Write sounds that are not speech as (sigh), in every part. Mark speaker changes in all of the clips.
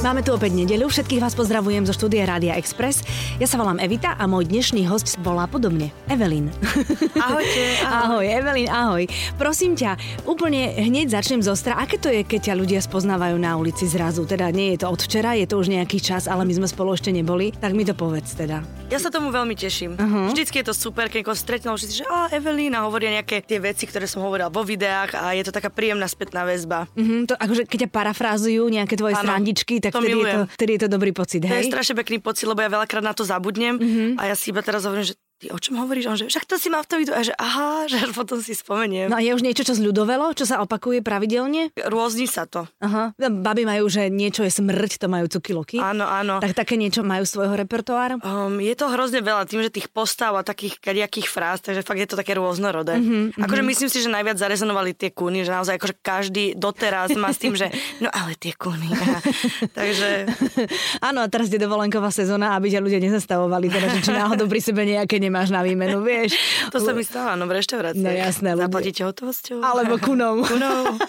Speaker 1: Máme tu opäť nedeľu, všetkých vás pozdravujem zo štúdia Rádia Express. Ja sa volám Evita a môj dnešný host volá podobne Evelyn. (laughs)
Speaker 2: Ahojte.
Speaker 1: Ahoj, Evelyn, ahoj. Prosím ťa, úplne hneď začnem zostra. Aké to je, keď ťa ľudia spoznávajú na ulici zrazu? Teda nie je to od včera, je to už nejaký čas, ale my sme spolu ešte neboli. Tak mi to povedz teda.
Speaker 2: Ja sa tomu veľmi teším. Uh-huh. Vždycky je to super, keď koho stretnú, všetci, že a Evelina hovoria nejaké tie veci, ktoré som hovorila vo videách a je to taká príjemná spätná väzba.
Speaker 1: Mhm, to akože keď ťa parafrázujú nejaké tvoje
Speaker 2: Áno,
Speaker 1: srandičky, tak
Speaker 2: to
Speaker 1: vtedy je, to,
Speaker 2: milujem.
Speaker 1: vtedy je to dobrý pocit,
Speaker 2: To je
Speaker 1: hej?
Speaker 2: strašne pekný pocit, lebo ja veľakrát na to zabudnem mm-hmm. a ja si iba teraz hovorím, že ty o čom hovoríš? A On že však to si mal v tom videu. A ja, že aha, (laughs) že potom si spomeniem.
Speaker 1: No
Speaker 2: No.
Speaker 1: a je už niečo, čo zľudovelo, čo sa opakuje pravidelne?
Speaker 2: Rôzni sa to.
Speaker 1: Aha. Baby majú, že niečo je smrť, to majú cukiloky.
Speaker 2: Áno, áno.
Speaker 1: Tak také niečo majú svojho repertoáru?
Speaker 2: Um, je to hrozne veľa tým, že tých postav a takých kadejakých fráz, takže fakt je to také rôznorodé.
Speaker 1: Mhm,
Speaker 2: Mm-hmm, akože myslím si, že najviac zarezonovali tie kúny, že naozaj akože každý doteraz má s tým, že no ale tie kúny.
Speaker 1: (laughs)
Speaker 2: aha. takže
Speaker 1: (laughs) Áno, a teraz je dovolenková sezóna, aby ťa ľudia nezastavovali, teda, že či náhodou pri sebe nejaké nemáš na výmenu, (laughs) vieš.
Speaker 2: to sa mi stáva, no v reštaurácii.
Speaker 1: No jasné, ľudia.
Speaker 2: Zaplatíte hotovosťou?
Speaker 1: Alebo
Speaker 2: (laughs)
Speaker 1: kunom.
Speaker 2: Kunou.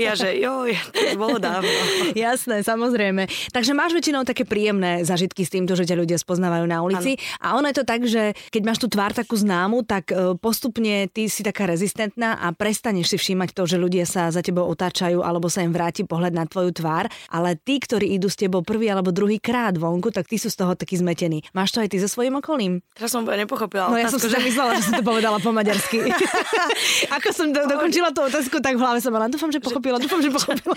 Speaker 2: Ja že joj, to už bolo dávno.
Speaker 1: Jasné, samozrejme. Takže máš väčšinou také príjemné zažitky s týmto, že ťa ľudia spoznávajú na ulici. Ano. A ono je to tak, že keď máš tú tvár takú známu, tak e, postupne ty si taká rezistentná a prestaneš si všímať to, že ľudia sa za tebou otáčajú alebo sa im vráti pohľad na tvoju tvár. Ale tí, ktorí idú s tebou prvý alebo druhý krát vonku, tak tí sú z toho takí zmetení. Máš to aj ty so svojím okolím?
Speaker 2: Teraz som úplne nepochopila
Speaker 1: No ja som si
Speaker 2: otázku,
Speaker 1: to myslela, že som to povedala po maďarsky. (laughs) Ako som do, dokončila tú otázku, tak v hlave som mala, dúfam, že pochopila, dúfam, že (laughs) pochopila.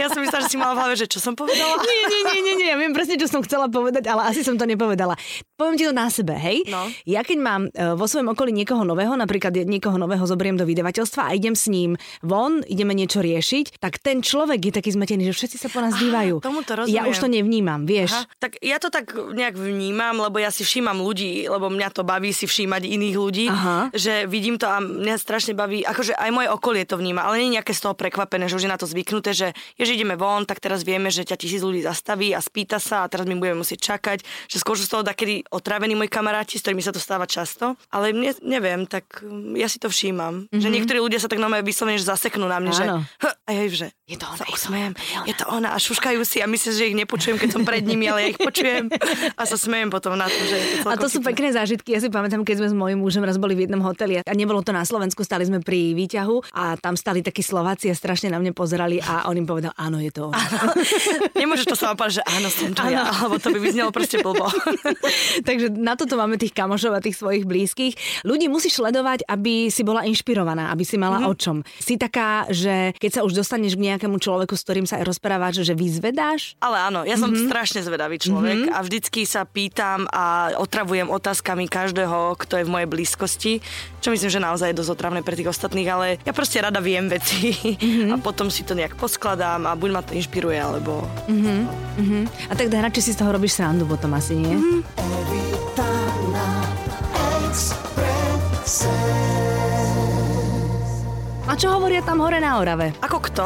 Speaker 2: Ja som myslela, že si mala v hlave, že čo som povedala.
Speaker 1: Nie, nie, nie, nie, nie, ja viem presne, čo som chcela povedať, ale asi som to nepovedala. Poviem ti to na sebe, hej?
Speaker 2: No.
Speaker 1: Ja keď mám e, vo svojom okolí niekoho nového, napríklad niekoho nového zoberiem do vydavateľstva a idem s ním von, ideme niečo riešiť, tak ten človek je taký zmetený, že všetci sa po nás
Speaker 2: Á,
Speaker 1: dívajú.
Speaker 2: tomu to
Speaker 1: Ja
Speaker 2: rozumiem.
Speaker 1: už to nevnímam, vieš.
Speaker 2: Aha, tak ja to tak nejak vnímam, lebo ja si všímam ľudí, lebo mňa to baví si všímať iných ľudí,
Speaker 1: Aha.
Speaker 2: že vidím to a mňa strašne baví, akože aj moje okolie to vníma, ale nie je nejaké z toho prekvapené, že už je na to zvyknuté, že jež ideme von, tak teraz vieme, že ťa tisíc ľudí zastaví a spýta sa a teraz my budeme musieť čakať, že skôr sú z toho takedy otravení moji kamaráti, s ktorými sa to stáva často, ale ne, neviem, tak mm, ja si to všímam, že niektorí ľudia sa tak normálne vyslovene že zaseknú na mne, že,
Speaker 1: Mhm. Áno.
Speaker 2: "H", a ja im, že
Speaker 1: Je to ona,
Speaker 2: sa
Speaker 1: je to
Speaker 2: usmejem, je to ona a šuškajú si a myslím, že ich nepočujem, keď som pred nimi, ale ja ich
Speaker 1: (laughs)
Speaker 2: počujem a sa smejem potom na to, že je to
Speaker 1: A to sú pekné zážitky. Ja si pamätám, keď sme s mojím mužom raz boli v jednom hoteli a nebolo to na Slovensku, stali sme pri výťahu a tam stali takí Slováci a strašne na mňa pozerali a on im povedal, áno, je (laughs) to ona.
Speaker 2: (laughs) Nemôžeš to sa opať, že áno, som to
Speaker 1: Áno.
Speaker 2: ja, alebo to by vyznelo proste
Speaker 1: (laughs)
Speaker 2: blbo.
Speaker 1: Takže na toto máme tých kamošov a tých svojich blízkych. Ľudí musíš sledovať, aby si bola inšpirovaná, aby si mala mm-hmm. o čom. Si taká, že keď sa už dostaneš k nejakému človeku, s ktorým sa aj rozprávaš, že vyzvedáš?
Speaker 2: Ale áno, ja
Speaker 1: Mhm.
Speaker 2: som mm-hmm. strašne zvedavý človek mm-hmm. a vždycky sa pýtam a otravujem otázkami každého, kto je v mojej blízkosti, čo myslím, že naozaj je dosť otravné pre tých ostatných, ale ja proste rada viem veci
Speaker 1: Mhm.
Speaker 2: mm-hmm. a potom si to nejak poskladám a buď ma to inšpiruje, alebo
Speaker 1: Mm-hmm. A tak hráči si z toho robíš srandu potom asi, nie? Mm-hmm. A čo hovoria tam hore na Orave?
Speaker 2: ako
Speaker 1: (laughs)
Speaker 2: kto.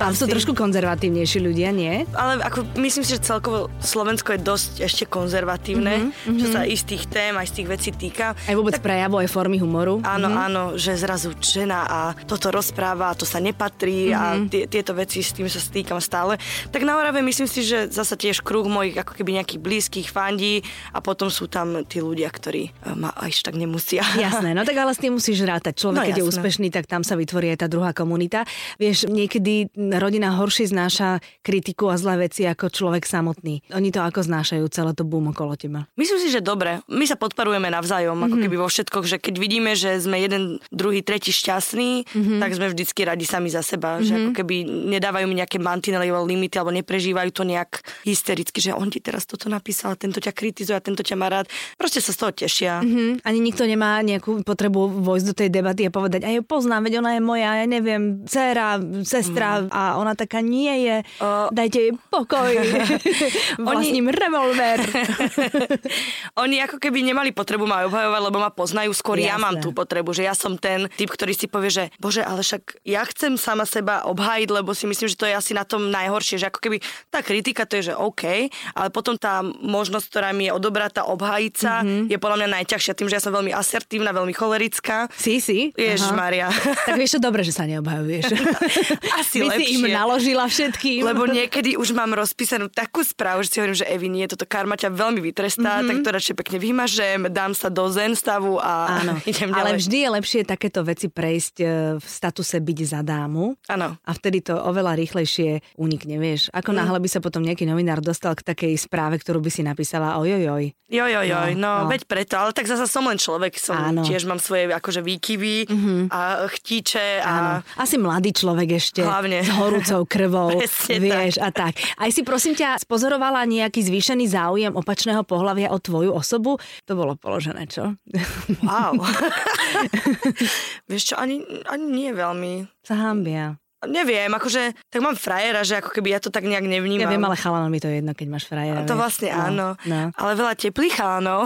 Speaker 1: Tam sú trošku konzervatívnejší ľudia, nie?
Speaker 2: ale ako myslím si, že celkovo Slovensko je dosť ešte konzervatívne, mm-hmm,
Speaker 1: Mhm,
Speaker 2: čo sa istých tém, aj z tých vecí týka.
Speaker 1: Aj vôbec prejavu, aj formy humoru. Mhm.
Speaker 2: Áno, mm-hmm. áno, že zrazu žena a toto rozpráva, to sa nepatrí mm-hmm. a tie, tieto veci s tým sa stýkam stále. Tak na Orave myslím si, že zasa tiež kruh mojich ako keby nejakých blízkych fandí a potom sú tam tí ľudia, ktorí e, ma až tak nemusia.
Speaker 1: Jasné, no tak ale s tým musíš rátať. Človek, no,
Speaker 2: No
Speaker 1: keď je
Speaker 2: jasné.
Speaker 1: úspešný, tak tam sa vytvorí aj tá druhá komunita. Vieš, niekedy rodina horšie znáša kritiku a zlé veci ako človek samotný. Oni to ako znášajú celé to boom okolo teba.
Speaker 2: Myslím si, že dobre. My sa podporujeme navzájom, ako keby vo všetkoch, že keď vidíme, že sme jeden, druhý, tretí šťastní, tak sme vždycky radi sami za seba, že ako keby nedávajú mi nejaké mantinely alebo limity, alebo neprežívajú to nejak hystericky, že on ti teraz toto napísal, a tento ťa kritizuje, a tento ťa má rád. Proste sa z toho tešia.
Speaker 1: Hm, ani nikto nemá nejakú potrebu vojsť do tej debaty a povedať, a ju poznám, veď ona je moja, ja neviem, dcera, sestra a ona taká nie je,
Speaker 2: O-
Speaker 1: dajte jej (laughs) pokoj. Vlastním (laughs) revolver.
Speaker 2: Oni ako keby nemali potrebu ma obhajovať, lebo ma poznajú, skôr Jasne. ja
Speaker 1: Jasné.
Speaker 2: mám tú potrebu, že ja som ten typ, ktorý si povie, že bože, ale však ja chcem sama seba obhájiť, lebo si myslím, že to je asi na tom najhoršie, že ako keby tá kritika to je, že OK, ale potom tá možnosť, ktorá mi je odobratá obhájiť
Speaker 1: Mhm.
Speaker 2: sa, mm-hmm. je podľa mňa najťažšia tým, že ja som veľmi asertívna, veľmi cholerická.
Speaker 1: Si, si.
Speaker 2: Ježiš
Speaker 1: Aha. (laughs)
Speaker 2: Maria.
Speaker 1: Tak vieš čo, dobre, že sa neobhajuješ.
Speaker 2: (laughs) Asi
Speaker 1: By si im
Speaker 2: lepšie.
Speaker 1: naložila všetkým.
Speaker 2: Lebo niekedy už mám rozpísanú takú správu, že si hovorím, že Evi, nie, toto karma ťa veľmi vytrestá, mm-hmm. tak
Speaker 1: Mhm.
Speaker 2: to radšej pekne vymažem, dám sa do zen stavu a
Speaker 1: (laughs) Áno,
Speaker 2: (laughs) idem ďalej.
Speaker 1: ale vždy je lepšie takéto veci prejsť e, v statuse byť za dámu.
Speaker 2: Áno.
Speaker 1: A vtedy to oveľa rýchlejšie unikne, vieš.
Speaker 2: Mm.
Speaker 1: Ako náhle by sa potom nejaký novinár dostal k takej správe, ktorú by si napísala ojojoj.
Speaker 2: Jo, jo, jo,
Speaker 1: no.
Speaker 2: no, no, veď preto, ale tak zase som len človek, som
Speaker 1: Áno. Mhm.
Speaker 2: Áno. tiež mám svoje akože výkyvy mm-hmm. a chtíče a
Speaker 1: Áno. Asi mladý človek ešte.
Speaker 2: Hlavne.
Speaker 1: S horúcou krvou.
Speaker 2: (laughs) Presne
Speaker 1: vieš, a tak. Aj si prosím ťa spozorovala nejaký zvýšený záujem opačného pohľavia o tvoju osobu? To bolo položené, čo? (laughs)
Speaker 2: wow. Vieš čo, ani, ani nie veľmi.
Speaker 1: Sa hambia.
Speaker 2: Neviem, akože, tak mám frajera, že ako keby ja to tak nejak nevnímam.
Speaker 1: Ja viem, ale chalanom mi to je jedno, keď máš frajera. vieš.
Speaker 2: To vlastne
Speaker 1: No,
Speaker 2: áno, (laughs)
Speaker 1: No.
Speaker 2: ale veľa teplých áno.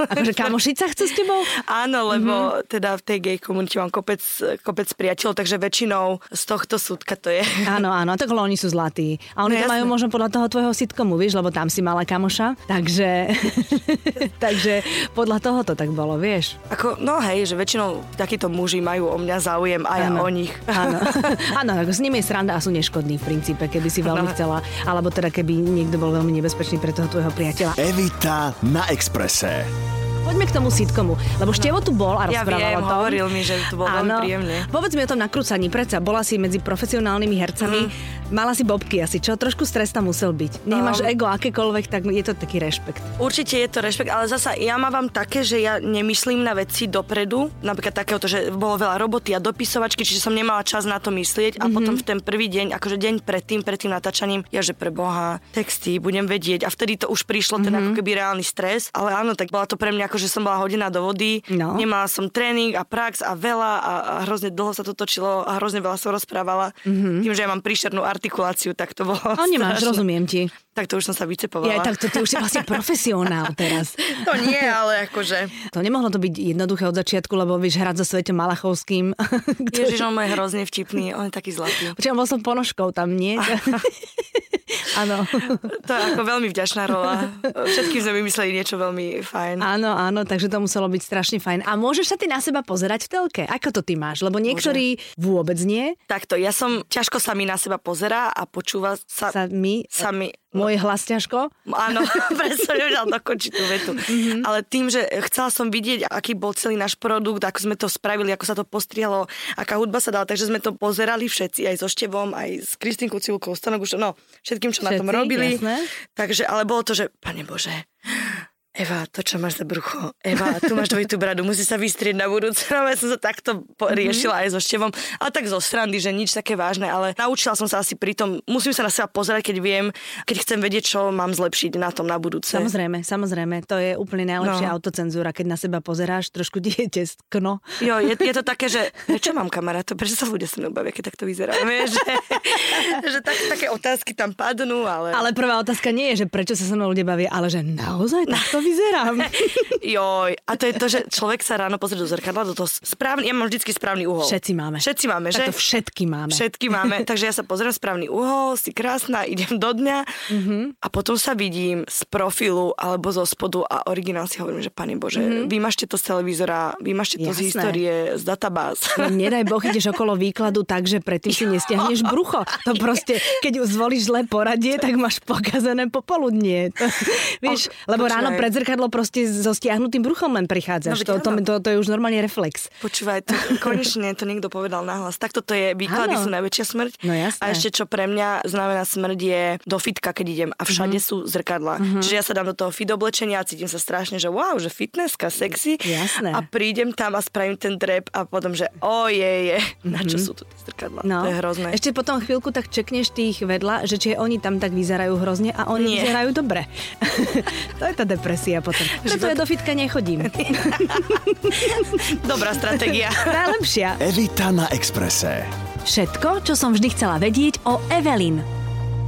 Speaker 1: Akože kamošiť sa chce s tebou?
Speaker 2: (laughs)
Speaker 1: Mhm.
Speaker 2: Áno, lebo mm-hmm. teda v tej gay komunite mám kopec, kopec priateľov, takže väčšinou z tohto súdka to je. (laughs)
Speaker 1: Áno, áno, tak oni sú zlatí. A oni to
Speaker 2: No jasné.
Speaker 1: majú možno podľa toho tvojho sitcomu, vieš, lebo tam si mala kamoša. Takže, (laughs) takže podľa toho to tak bolo, vieš.
Speaker 2: Ako, no hej, že väčšinou takíto muži majú o mňa záujem a ja
Speaker 1: Áno.
Speaker 2: o nich. (laughs)
Speaker 1: Áno, áno ako s nimi je sranda a sú neškodní v princípe, keby si veľmi
Speaker 2: No.
Speaker 1: chcela, alebo teda keby niekto bol veľmi nebezpečný pre toho tvojho priateľa.
Speaker 3: Evita na Exprese.
Speaker 1: Poďme k tomu sitcomu, lebo Števo tu bol a
Speaker 2: No. Ja
Speaker 1: rozprával
Speaker 2: viem,
Speaker 1: o tom.
Speaker 2: hovoril mi, že to bolo veľmi
Speaker 1: Áno.
Speaker 2: príjemne.
Speaker 1: Povedz mi o tom nakrúcaní, predsa bola si medzi profesionálnymi
Speaker 2: Mhm.
Speaker 1: hercami, mala si bobky asi, čo? Trošku stres tam musel byť. Nech máš
Speaker 2: Um.
Speaker 1: ego akékoľvek, tak je to taký rešpekt.
Speaker 2: Určite je to rešpekt, ale zasa ja mávam také, že ja nemyslím na veci dopredu, napríklad takéhoto, že bolo veľa roboty a dopisovačky, čiže som nemala čas na to
Speaker 1: Mhm.
Speaker 2: myslieť a mm-hmm. potom v ten prvý deň, akože deň predtým, pred tým natáčaním, ja že pre Boha, texty budem vedieť a vtedy to už prišlo
Speaker 1: Mhm.
Speaker 2: ten ako keby reálny stres, ale áno, tak bola to pre mňa ako, že som bola hodená do vody,
Speaker 1: No.
Speaker 2: nemala som tréning a prax a veľa a, a hrozne dlho sa to točilo a hrozne veľa som rozprávala. Mm-hmm. Tým, že ja mám príšernú artikuláciu, tak to bolo
Speaker 1: Ale Mhm. No, nemáš,
Speaker 2: strašné.
Speaker 1: rozumiem ti.
Speaker 2: Tak to už som sa vycepovala.
Speaker 1: Ja, tak to, ty už si vlastne profesionál teraz.
Speaker 2: To nie, ale
Speaker 1: (laughs)
Speaker 2: akože...
Speaker 1: To nemohlo to byť jednoduché od začiatku, lebo vieš hrať so Svetom Malachovským. (laughs)
Speaker 2: Ježiš, on je hrozne vtipný, on je taký zlatý.
Speaker 1: Počujem, bol som ponožkou tam,
Speaker 2: (laughs)
Speaker 1: nie? Áno,
Speaker 2: To je ako veľmi vďačná rola. Všetkým sme vymysleli niečo veľmi fajn.
Speaker 1: áno, áno, takže to muselo byť strašne fajn. A môžeš sa ty na seba pozerať v telke? Ako to ty máš? Lebo niektorí vôbec nie.
Speaker 2: Takto, ja som, ťažko sa mi na seba pozerá a no. počúva sa,
Speaker 1: Sa my,
Speaker 2: sa mi
Speaker 1: môj hlas ťažko.
Speaker 2: Áno, (laughs) presne som nevedela dokončiť tú vetu. Mm-hmm. Ale tým, že chcela som vidieť, aký bol celý náš produkt, ako sme to spravili, ako sa to postrialo, aká hudba sa dala, takže sme to pozerali všetci, aj so Števom, aj s Kristinkou Civilkou, Stanogušou, no, všetkým, čo na tom
Speaker 1: Všetci,
Speaker 2: robili.
Speaker 1: jasné.
Speaker 2: Takže, ale bolo to, že, pane Bože, Eva, to, čo máš za brucho. Eva, tu máš dvojitú bradu, musí sa vystrieť na budúce. No, ja som sa takto po-
Speaker 1: Mhm.
Speaker 2: riešila aj so števom. Ale tak zo srandy, že nič také vážne, ale naučila som sa asi pri tom, musím sa na seba pozerať, keď viem, keď chcem vedieť, čo mám zlepšiť na tom na budúce.
Speaker 1: Samozrejme, samozrejme, to je úplne najlepšia
Speaker 2: No.
Speaker 1: autocenzúra, keď na seba pozeráš, trošku dieťa skno.
Speaker 2: Jo, je, je, to také, že prečo mám kamaráta, prečo sa ľudia sa mnou bavia, keď takto vyzerá. Vieš, že, (laughs) že tak, také otázky tam padnú, ale...
Speaker 1: Ale prvá otázka nie je, že prečo sa so mnou ľudia bavia, ale že naozaj takto vyzerám.
Speaker 2: Joj, a to je to, že človek sa ráno pozrie do zrkadla, do toho správny, ja mám vždycky správny uhol.
Speaker 1: Všetci máme.
Speaker 2: Všetci máme, (laughs) že?
Speaker 1: Tak to všetky máme.
Speaker 2: Všetky
Speaker 1: (laughs)
Speaker 2: máme, takže ja sa pozriem správny uhol, si krásna, idem do dňa
Speaker 1: Mhm.
Speaker 2: mm-hmm. a potom sa vidím z profilu alebo zo spodu a originál si hovorím, že pani Bože, mm-hmm. vymažte to z televízora, vymažte to
Speaker 1: Mhm. Jasné.
Speaker 2: z histórie, z databáz.
Speaker 1: Nedaj Boh, ideš okolo výkladu tak, že predtým si nestiahneš brucho.
Speaker 2: (laughs)
Speaker 1: To proste, keď zvolíš zlé poradie, tak máš pokazené popoludnie. (laughs) To, vieš,
Speaker 2: Och,
Speaker 1: lebo
Speaker 2: počúvaj.
Speaker 1: ráno pred zrkadlo proste so stiahnutým bruchom len
Speaker 2: No
Speaker 1: prichádzaš.
Speaker 2: veď
Speaker 1: to, to,
Speaker 2: áno.
Speaker 1: to, to je už normálne reflex. (laughs)
Speaker 2: Počúvaj, to, konečne to niekto povedal nahlas. Takto to je, výklady
Speaker 1: Áno.
Speaker 2: sú najväčšia smrť.
Speaker 1: No jasné.
Speaker 2: A ešte čo pre mňa znamená smrť je do fitka, keď idem a všade
Speaker 1: Mhm.
Speaker 2: sú zrkadla. Čiže ja sa dám do toho fit oblečenia a cítim sa strašne, že wow, že fitnesska, sexy.
Speaker 1: Jasné.
Speaker 2: A prídem tam a spravím ten trep a potom, že ojeje, (laughs) na čo sú tu tie zrkadla? To je hrozné.
Speaker 1: Mhm. No. Ešte potom chvíľku tak čekneš tých vedľa, že či oni tam tak vyzerajú hrozne a oni
Speaker 2: Nie.
Speaker 1: vyzerajú dobre. (laughs) to je tá depresia potom. Preto ja do fitka
Speaker 2: (laughs)
Speaker 1: nechodím.
Speaker 2: Dobrá
Speaker 1: (laughs)
Speaker 2: stratégia.
Speaker 1: Najlepšia.
Speaker 3: Evita na Exprese.
Speaker 1: Všetko, čo som vždy chcela vedieť o Evelyn.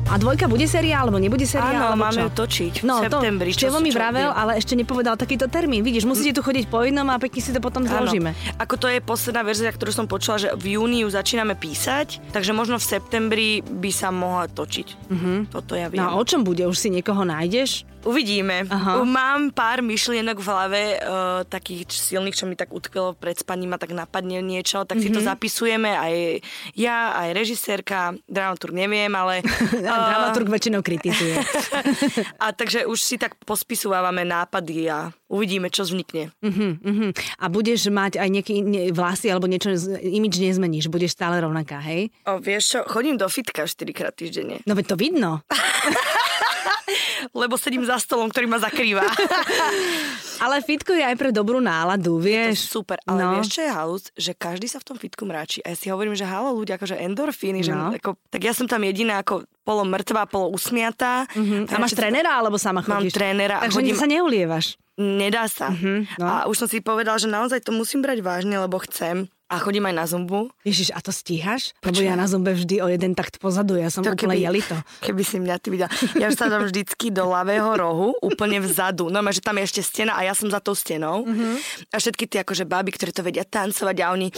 Speaker 1: A dvojka bude seriál, alebo nebude seriál?
Speaker 2: Áno,
Speaker 1: alebo
Speaker 2: máme
Speaker 1: čo? No,
Speaker 2: ju točiť v septembri,
Speaker 1: To,
Speaker 2: čo
Speaker 1: Števo
Speaker 2: sú-
Speaker 1: mi
Speaker 2: čo
Speaker 1: vravel,
Speaker 2: viem.
Speaker 1: ale ešte nepovedal takýto termín. Vidíš, musíte tu chodiť po jednom a pekne si to potom zložíme.
Speaker 2: Áno. Ako to je posledná verzia, ktorú som počula, že v júni ju začíname písať, takže možno v
Speaker 1: Mhm.
Speaker 2: septembri by sa mohla točiť. Toto ja viem.
Speaker 1: No a o čom bude? Už si niekoho nájdeš?
Speaker 2: Uvidíme.
Speaker 1: Aha.
Speaker 2: Mám pár myšlienok v hlave uh, takých č- silných, čo mi tak utkvelo pred spaním a tak napadne niečo, tak mm-hmm. si
Speaker 1: Mhm.
Speaker 2: to zapisujeme aj ja, aj režisérka, dramaturg neviem,
Speaker 1: (laughs)
Speaker 2: ale... eh,
Speaker 1: A dramaturg väčšinou kritizuje.
Speaker 2: (laughs) a takže už si tak pospisovávame nápady a uvidíme, čo vznikne.
Speaker 1: Mhm, mhm. A budeš mať aj nejaké ne- vlasy alebo niečo, z- imič nezmeníš, budeš stále rovnaká, hej?
Speaker 2: O, vieš čo, chodím do fitka 4 krát týždenne,
Speaker 1: No veď to vidno.
Speaker 2: lebo sedím za stolom, ktorý ma zakrýva.
Speaker 1: Ale fitko je aj pre dobrú náladu, vieš.
Speaker 2: Super, ale no. vieš, čo je halus? Že každý sa v tom fitku mráči. A ja si hovorím, že halo ľudia, akože endorfíny. Že
Speaker 1: No.
Speaker 2: ako, tak ja som tam jediná ako polo mŕtva, polo usmiatá.
Speaker 1: Mhm. A máš
Speaker 2: ja,
Speaker 1: trénera alebo sama
Speaker 2: Mám
Speaker 1: chodíš?
Speaker 2: trénera a
Speaker 1: Takže
Speaker 2: chodím-
Speaker 1: sa neulievaš.
Speaker 2: Nedá sa.
Speaker 1: Mhm, no.
Speaker 2: A už som si povedal, že naozaj to musím brať vážne, lebo chcem. A chodím aj na zumbu.
Speaker 1: Ježiš, a to stíhaš? Lebo
Speaker 2: Počkaj.
Speaker 1: ja na zombe vždy o jeden takt pozadu, ja som
Speaker 2: To
Speaker 1: úplne jelito.
Speaker 2: Keby si mňa ty videla. Ja vsádam vždycky do ľavého rohu, úplne vzadu. No, že tam je ešte stena a ja som za tou stenou.
Speaker 1: Mhm.
Speaker 2: Mm-hmm. A všetky tie akože baby, ktoré to vedia tancovať a oni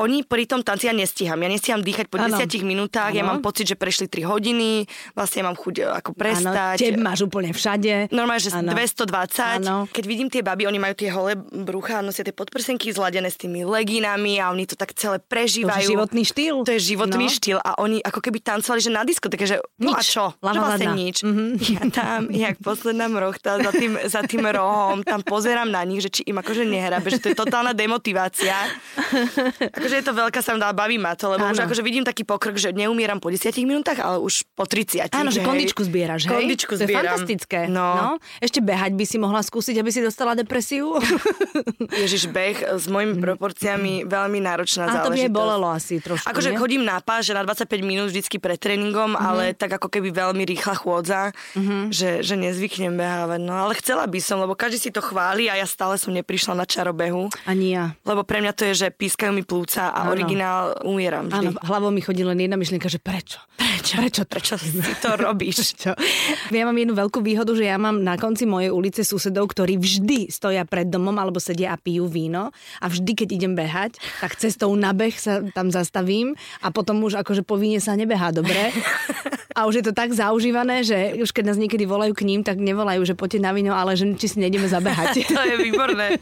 Speaker 2: oni pri tom tanci ja nestíham. Ja nestíham dýchať po
Speaker 1: Áno.
Speaker 2: 10 minútach, ja
Speaker 1: Áno.
Speaker 2: mám pocit, že prešli 3 hodiny, vlastne mám chuť e, ako
Speaker 1: Áno,
Speaker 2: prestať.
Speaker 1: teb máš úplne všade.
Speaker 2: Normálne, že
Speaker 1: Áno.
Speaker 2: ano. 220.
Speaker 1: Áno.
Speaker 2: Ano. Keď vidím tie baby, oni majú tie holé brucha, nosia tie podprsenky zladené s tými legínami a oni to tak celé
Speaker 1: To
Speaker 2: prežívajú.
Speaker 1: je životný štýl.
Speaker 2: To je životný
Speaker 1: No.
Speaker 2: štýl a oni ako keby tancovali, že na diskoteke, že no
Speaker 1: Nič.
Speaker 2: a
Speaker 1: Mhm.
Speaker 2: čo?
Speaker 1: Lava
Speaker 2: že vlastne
Speaker 1: ladna.
Speaker 2: nič. Mm-hmm. Ja tam, jak posledná mrochta za tým, za tým rohom, tam pozerám na nich, že či im akože nehrabe, že to je totálna demotivácia. Akože je to veľká sranda a baví ma to, lebo
Speaker 1: Áno.
Speaker 2: ano. už akože vidím taký pokrok, že neumieram po 10 minútach, ale už po 30.
Speaker 1: Áno, že
Speaker 2: hej.
Speaker 1: kondičku zbieraš, hej?
Speaker 2: Kondičku
Speaker 1: to je
Speaker 2: zbieram.
Speaker 1: fantastické.
Speaker 2: No.
Speaker 1: no. Ešte behať by si mohla skúsiť, aby si dostala
Speaker 2: (laughs)
Speaker 1: depresiu.
Speaker 2: Ježiš, beh s mojimi proporciami veľmi náročná
Speaker 1: Mhm. A to by aj
Speaker 2: záležitosť.
Speaker 1: bolelo asi trošku,
Speaker 2: Akože
Speaker 1: nie? Mhm.
Speaker 2: chodím na pás, že na 25 minút vždycky pred tréningom, ale tak ako keby veľmi rýchla chôdza, že, že nezvyknem behávať. No ale chcela by som, lebo každý si to chváli a ja stále som neprišla na čarobehu.
Speaker 1: Ani ja.
Speaker 2: Lebo pre mňa to je, že pískajú mi plúca a
Speaker 1: Áno.
Speaker 2: originál umieram
Speaker 1: Áno,
Speaker 2: vždy.
Speaker 1: hlavou mi chodí len jedna myšlienka, že prečo? Prečo? Prečo to?
Speaker 2: Prečo si to robíš?
Speaker 1: (laughs) Čo? Ja mám jednu veľkú výhodu, že ja mám na konci mojej ulice susedov, ktorí vždy stoja pred domom alebo sedia a pijú víno a vždy, keď idem behať, tak cestou na beh sa tam zastavím a potom už akože po víne sa nebehá
Speaker 2: (laughs)
Speaker 1: dobre. A už je to tak zaužívané, že už keď nás niekedy volajú k ním, tak nevolajú, že poďte na víno, ale že či si nejdeme zabehať.
Speaker 2: (laughs) (laughs) To je výborné.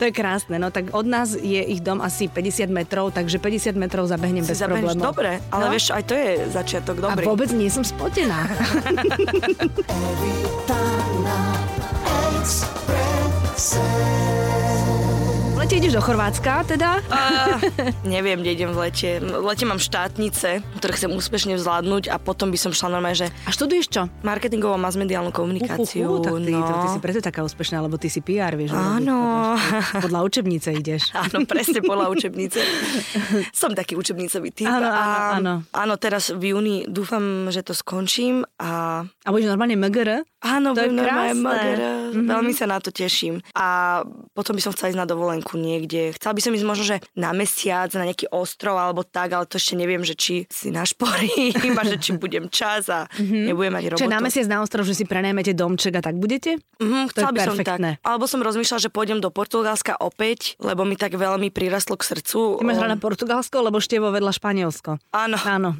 Speaker 1: to je krásne. No tak od nás je ich dom asi 50 metrov, takže 50 metrov zabehnem
Speaker 2: Si
Speaker 1: bez
Speaker 2: zabehneš
Speaker 1: problémov. No.
Speaker 2: dobre, ale vieš, aj to je začiatok
Speaker 1: A
Speaker 2: dobrý.
Speaker 1: vôbec nie som spotená.
Speaker 2: (laughs)
Speaker 1: Lete ideš do Chorvátska teda?
Speaker 2: Neviem, kde idem v lete. V lete mám štátnice, ktoré chcem úspešne zvládnuť a potom by som šla normálne, že
Speaker 1: A študuješ čo?
Speaker 2: marketingovú a masmediálnu komunikáciu.
Speaker 1: Uhuhu, tak ty,
Speaker 2: no.
Speaker 1: to, ty si preto taká úspešná, lebo ty si PR, vieš. robiť.
Speaker 2: Áno.
Speaker 1: Podľa- Podľa učebnice ideš.
Speaker 2: Áno, presne podľa učebnice. Som taký učebnicový typ.
Speaker 1: Áno,
Speaker 2: a-
Speaker 1: áno, áno.
Speaker 2: Áno, teraz v júni dúfam, že to skončím a
Speaker 1: A budeš normálne MGR?
Speaker 2: Áno,
Speaker 1: To je
Speaker 2: budem normálne
Speaker 1: krásne. Mhm.
Speaker 2: mager, veľmi sa na to teším. A potom by som chcela ísť na dovolenku niekde. Chcela by som ísť možno, že na mesiac, na nejaký ostrov alebo tak, ale to ešte neviem, že či si našporím (laughs) a že či budem čas a nebudem mať robotu.
Speaker 1: Mhm. Čiže na mesiac na ostrov, že si prenajmete domček a tak budete?
Speaker 2: Mm,
Speaker 1: to je
Speaker 2: chcela by som tak.
Speaker 1: perfektné.
Speaker 2: Alebo som rozmýšľala, že pôjdem do Portugalska opäť, lebo mi tak veľmi prirastlo k srdcu.
Speaker 1: Ty máš
Speaker 2: O,
Speaker 1: rada Portugalsko, lebo števo vedľa Španielsko.
Speaker 2: Áno.
Speaker 1: Áno.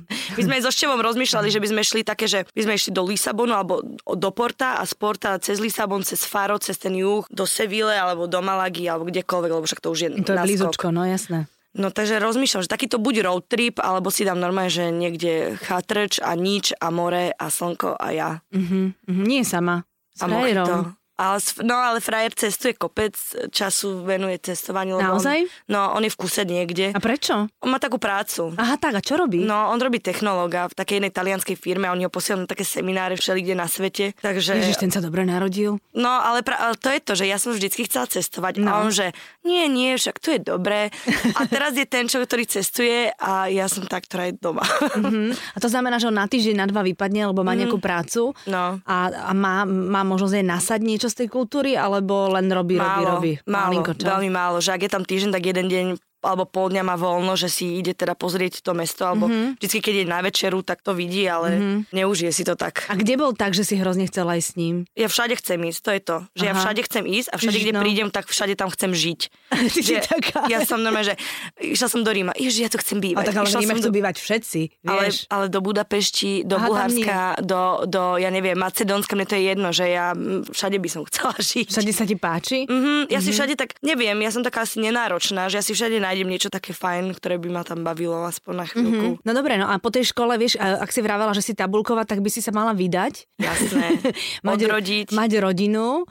Speaker 2: My sme aj so Števom rozmýšľali, že by sme šli také, že by sme išli do Lisabonu alebo do Porta a z Porta cez Lisabon, cez Faro, cez ten juh, do Seville alebo do Malagy alebo kdekoľvek, lebo však to už je
Speaker 1: To je
Speaker 2: na skok.
Speaker 1: blízučko, no jasné.
Speaker 2: No takže rozmýšľam, že takýto buď road trip, alebo si dám normálne, že niekde chatrč a nič a more a slnko a ja.
Speaker 1: Mhm, Nie sama. S
Speaker 2: a
Speaker 1: frajerom.
Speaker 2: mojito. Ale, s- no ale frajer cestuje kopec, času venuje cestovaniu. lebo
Speaker 1: Naozaj?
Speaker 2: On, no, on je v kuse niekde.
Speaker 1: A prečo?
Speaker 2: On má takú prácu.
Speaker 1: Aha, tak, a čo robí?
Speaker 2: No, on robí technológa v takej jednej talianskej firme a oni ho posielajú na také semináre všelikde na svete. Takže...
Speaker 1: Ježiš, ten sa dobre narodil.
Speaker 2: No, ale, pra... ale to je to, že ja som vždycky chcela cestovať no. a on, že nie, nie, však tu je dobré.
Speaker 1: (laughs)
Speaker 2: A teraz je ten človek, ktorý cestuje a ja som tá, ktorá je doma.
Speaker 1: Mhm. A to znamená, že on na týždeň, na dva vypadne, lebo má nejakú prácu
Speaker 2: Mhm. No.
Speaker 1: a, a má, má možnosť aj nasať niečo z tej kultúry, alebo len robí,
Speaker 2: Málo,
Speaker 1: robí, robí.
Speaker 2: málo,
Speaker 1: Malinko, čo?
Speaker 2: veľmi málo, že ak je tam týždeň, tak jeden deň alebo pol dňa má voľno, že si ide teda pozrieť to mesto, alebo
Speaker 1: Mhm.
Speaker 2: mm-hmm. vždycky, keď je na večeru, tak to vidí, ale mm-hmm. neužije si to tak.
Speaker 1: A kde bol tak, že si hrozne chcela ísť s ním? (laughs)
Speaker 2: Ja všade chcem ísť, to je to. Že ja
Speaker 1: Aha.
Speaker 2: všade chcem ísť a všade,
Speaker 1: Ježiš,
Speaker 2: kde
Speaker 1: no.
Speaker 2: prídem, tak všade tam chcem
Speaker 1: (laughs)
Speaker 2: žiť.
Speaker 1: Ty si
Speaker 2: Že
Speaker 1: taká.
Speaker 2: Ja som normálne, že išla som do Ríma, ježiš, ja tu chcem
Speaker 1: A
Speaker 2: bývať.
Speaker 1: tak ale
Speaker 2: Išla
Speaker 1: v Ríme
Speaker 2: som
Speaker 1: chcú
Speaker 2: do-
Speaker 1: bývať všetci,
Speaker 2: ale,
Speaker 1: vieš.
Speaker 2: ale do Budapešti,
Speaker 1: Aha,
Speaker 2: do Aha,
Speaker 1: tam
Speaker 2: Bulharska, do, do, ja neviem, Macedónska, mne to je jedno, že ja mm, všade by som chcela (laughs) žiť.
Speaker 1: Všade Mhm. sa ti páči?
Speaker 2: Mm, ja si všade tak, neviem, ja som taká asi nenáročná, že ja si všade nájdem niečo také fajn, ktoré by ma tam bavilo aspoň na chvíľku.
Speaker 1: No dobre, no a po tej škole, vieš, a- ak si vravela, že si tabulková, tak by si sa mala
Speaker 2: (laughs)
Speaker 1: vydať. (laughs)
Speaker 2: Jasné. Odrodiť. Mhm.
Speaker 1: Mať rodinu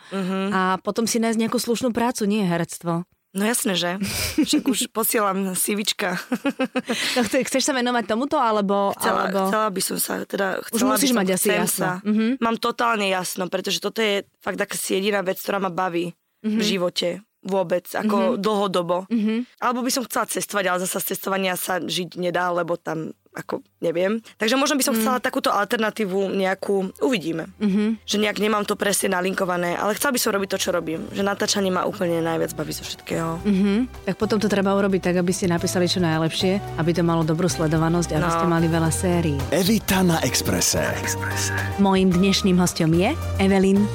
Speaker 1: a potom si nájsť nejakú slušnú prácu, nie herectvo. (laughs)
Speaker 2: No jasné, že? Však už posielam sivička. (laughs)
Speaker 1: No, chce- chceš sa venovať tomuto, alebo...
Speaker 2: Chcela,
Speaker 1: alebo...
Speaker 2: chcela by som sa, teda chcela
Speaker 1: musíš
Speaker 2: by som,
Speaker 1: mať asi
Speaker 2: chcem
Speaker 1: jasno. Mhm.
Speaker 2: Sa. Mám totálne jasno, pretože toto je fakt taká si jediná vec, ktorá ma baví
Speaker 1: Mhm.
Speaker 2: v živote vôbec, ako dlhodobo. Alebo by som chcela cestovať, ale zasa z cestovania sa žiť nedá, lebo tam ako neviem. Takže možno
Speaker 1: Mhm.
Speaker 2: by som chcela takúto alternatívu nejakú, uvidíme. Že nejak nemám to presne nalinkované, ale chcela by som robiť to, čo robím. Že natáčanie ma úplne najviac baví zo všetkého.
Speaker 1: Mhm. Tak potom to treba urobiť tak, aby ste napísali čo najlepšie, aby to malo dobrú sledovanosť, aby
Speaker 2: No.
Speaker 1: ste mali veľa sérií.
Speaker 3: Evita na Exprese.
Speaker 1: Mojím dnešným hostom je Evelyn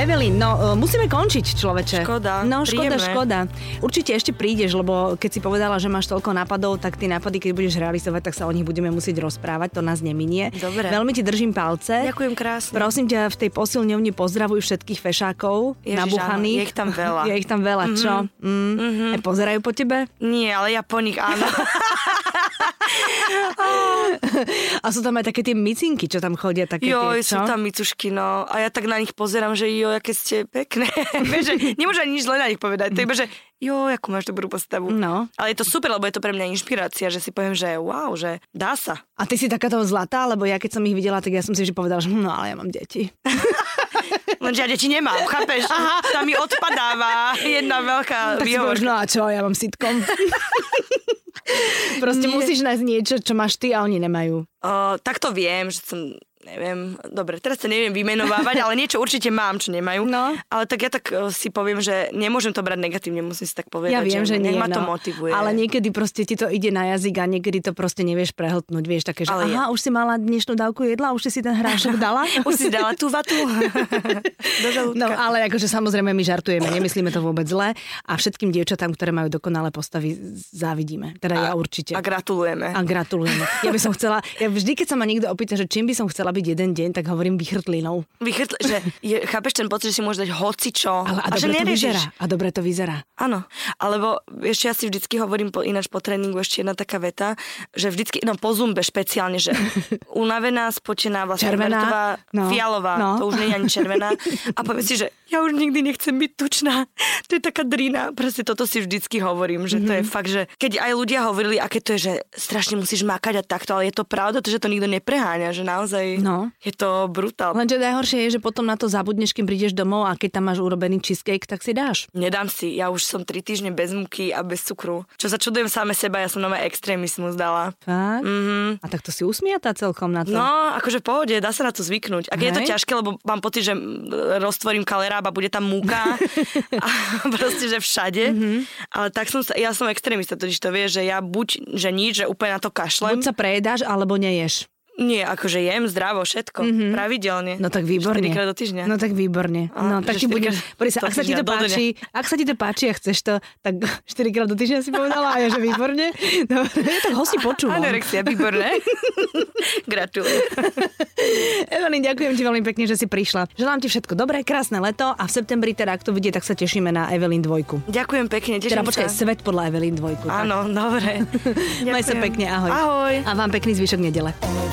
Speaker 1: Evelyn, no e, musíme končiť, človeče.
Speaker 2: Škoda,
Speaker 1: No, škoda,
Speaker 2: príjemné.
Speaker 1: škoda. Určite ešte prídeš, lebo keď si povedala, že máš toľko nápadov, tak tie nápady, keď budeš realizovať, tak sa o nich budeme musieť rozprávať, to nás neminie.
Speaker 2: Dobre.
Speaker 1: Veľmi ti držím palce.
Speaker 2: Ďakujem krásne.
Speaker 1: Prosím ťa, v tej posilňovni pozdravuj všetkých fešákov,
Speaker 2: Ježiš,
Speaker 1: nabuchaných.
Speaker 2: áno, je ich tam
Speaker 1: (laughs)
Speaker 2: veľa. Mhm.
Speaker 1: je ich tam veľa, čo? Mm. Aj pozerajú po tebe?
Speaker 2: Nie, ale ja po nich
Speaker 1: (laughs)
Speaker 2: áno.
Speaker 1: A sú tam aj také tie micinky, čo tam chodia, také tie,
Speaker 2: Joj,
Speaker 1: čo?
Speaker 2: sú tam micušky, no. A ja tak na nich pozerám, že jo, aké ste pekné. (laughs) Vieš, že nemôžem ani nič len na nich povedať. To je iba, že jo, akú máš dobrú postavu.
Speaker 1: No.
Speaker 2: Ale je to super, lebo je to pre mňa inšpirácia, že si poviem, že wow, že dá sa.
Speaker 1: A ty si takáto zlatá, lebo ja keď som ich videla, tak ja som si že povedala, že hm, no ale ja mám deti.
Speaker 2: Lenže ja deti nemám,
Speaker 1: (laughs)
Speaker 2: chápeš? Aha. Tam mi odpadáva jedna veľká
Speaker 1: Tak si povieš,
Speaker 2: výhovorka.
Speaker 1: no a čo, ja mám
Speaker 2: (laughs)
Speaker 1: sitkom. Proste
Speaker 2: Nie.
Speaker 1: musíš nájsť niečo, čo máš ty a oni nemajú.
Speaker 2: Uh, tak to viem, že som neviem, dobre, teraz sa neviem vymenovávať, ale niečo určite mám, čo nemajú.
Speaker 1: No.
Speaker 2: Ale tak ja tak eh, si poviem, že nemôžem to brať negatívne, musím si tak povedať.
Speaker 1: Ja viem, že
Speaker 2: nech
Speaker 1: nie.
Speaker 2: ma to
Speaker 1: no.
Speaker 2: motivuje.
Speaker 1: Ale niekedy proste ti to ide na jazyk a niekedy to proste nevieš prehltnúť. Vieš také, že
Speaker 2: Ale ja-
Speaker 1: aha, už si mala dnešnú dávku jedla, už si si ten hrášok dala.
Speaker 2: (laughs) Už si dala tú vatu (laughs)
Speaker 1: No
Speaker 2: do žalúdka.
Speaker 1: ale akože samozrejme my žartujeme, nemyslíme to vôbec zle a všetkým dievčatám, ktoré majú dokonalé postavy, závidíme. Teda ja určite.
Speaker 2: A gratulujeme.
Speaker 1: A gratulujem. Ja by som chcela, ja vždy, keď sa ma niekto opýta, že čím by som chcela byť jeden deň, tak hovorím vychrtlinou.
Speaker 2: Vychrtl, že je, chápeš ten pocit, že si môžeš dať hocičo.
Speaker 1: Ale a, dobre
Speaker 2: že
Speaker 1: to
Speaker 2: neriešiš.
Speaker 1: vyzerá. A dobre to vyzerá.
Speaker 2: Áno. Alebo ešte ja si vždycky hovorím po, ináč po tréningu ešte jedna taká veta, že vždycky, no po zumbe špeciálne,
Speaker 1: (laughs)
Speaker 2: že unavená, spotená, vlastne
Speaker 1: Červená.
Speaker 2: mŕtvá,
Speaker 1: No.
Speaker 2: fialová,
Speaker 1: No.
Speaker 2: to už nie je ani
Speaker 1: (laughs)
Speaker 2: červená. A poviem si, že ja už nikdy nechcem byť tučná. To je taká drina. Proste toto si vždycky hovorím, že
Speaker 1: Mhm.
Speaker 2: to je fakt, že keď aj ľudia hovorili, aké to je, že strašne musíš makať a takto, ale je to pravda, to, že to nikto nepreháňa, že naozaj
Speaker 1: No.
Speaker 2: je to brutál.
Speaker 1: Lenže najhoršie je, že potom na to zabudneš, kým prídeš domov a keď tam máš urobený cheesecake, tak si dáš.
Speaker 2: Nedám si, ja už som tri týždne bez múky a bez cukru. Čo sa čudujem same seba, ja som nové extrémizmus dala.
Speaker 1: Fakt? Mm-hmm. A tak to si usmiatá celkom na to.
Speaker 2: No, akože v pohode, dá sa na to zvyknúť. Ak je to
Speaker 1: Hej.
Speaker 2: ťažké, lebo mám pocit, že mm, roztvorím kalerába, bude tam
Speaker 1: (laughs)
Speaker 2: múka a proste, že všade.
Speaker 1: Mhm.
Speaker 2: Mm-hmm. Ale tak som sa, ja som extrémista, totiž to vie, že ja buď, že nič, že úplne na to
Speaker 1: Buď
Speaker 2: kašlem.
Speaker 1: sa prejedáš, alebo neješ.
Speaker 2: Nie, akože jem zdravo, všetko, mm-hmm. pravidelne.
Speaker 1: No tak výborne.
Speaker 2: Štyrikrát do týždňa.
Speaker 1: No tak výborne.
Speaker 2: A,
Speaker 1: no tak
Speaker 2: že
Speaker 1: ti bude...
Speaker 2: štyrikrát
Speaker 1: Boris,
Speaker 2: do
Speaker 1: ak sa ti to
Speaker 2: týždňa, do dňa.
Speaker 1: páči, ak sa ti to páči a chceš to, tak (laughs) 4 krát do týždňa si povedala a ja, že výborne. (laughs) No, Dobre, ja tak hosti počúvam.
Speaker 2: Anorexia,
Speaker 1: (laughs)
Speaker 2: výborné. Gratulujem.
Speaker 1: Evelyn, ďakujem ti veľmi pekne, že si prišla. Želám ti všetko dobré, krásne leto a v septembri teda, ak to vidie, tak sa tešíme na Evelyn 2.
Speaker 2: Ďakujem pekne, teším
Speaker 1: Teda počkaj,
Speaker 2: sa.
Speaker 1: svet podľa Evelyn 2.
Speaker 2: Áno, dobre.
Speaker 1: (laughs) Maj sa
Speaker 2: Ďakujem.
Speaker 1: pekne, ahoj.
Speaker 2: Ahoj.
Speaker 1: A vám pekný zvyšok nedele.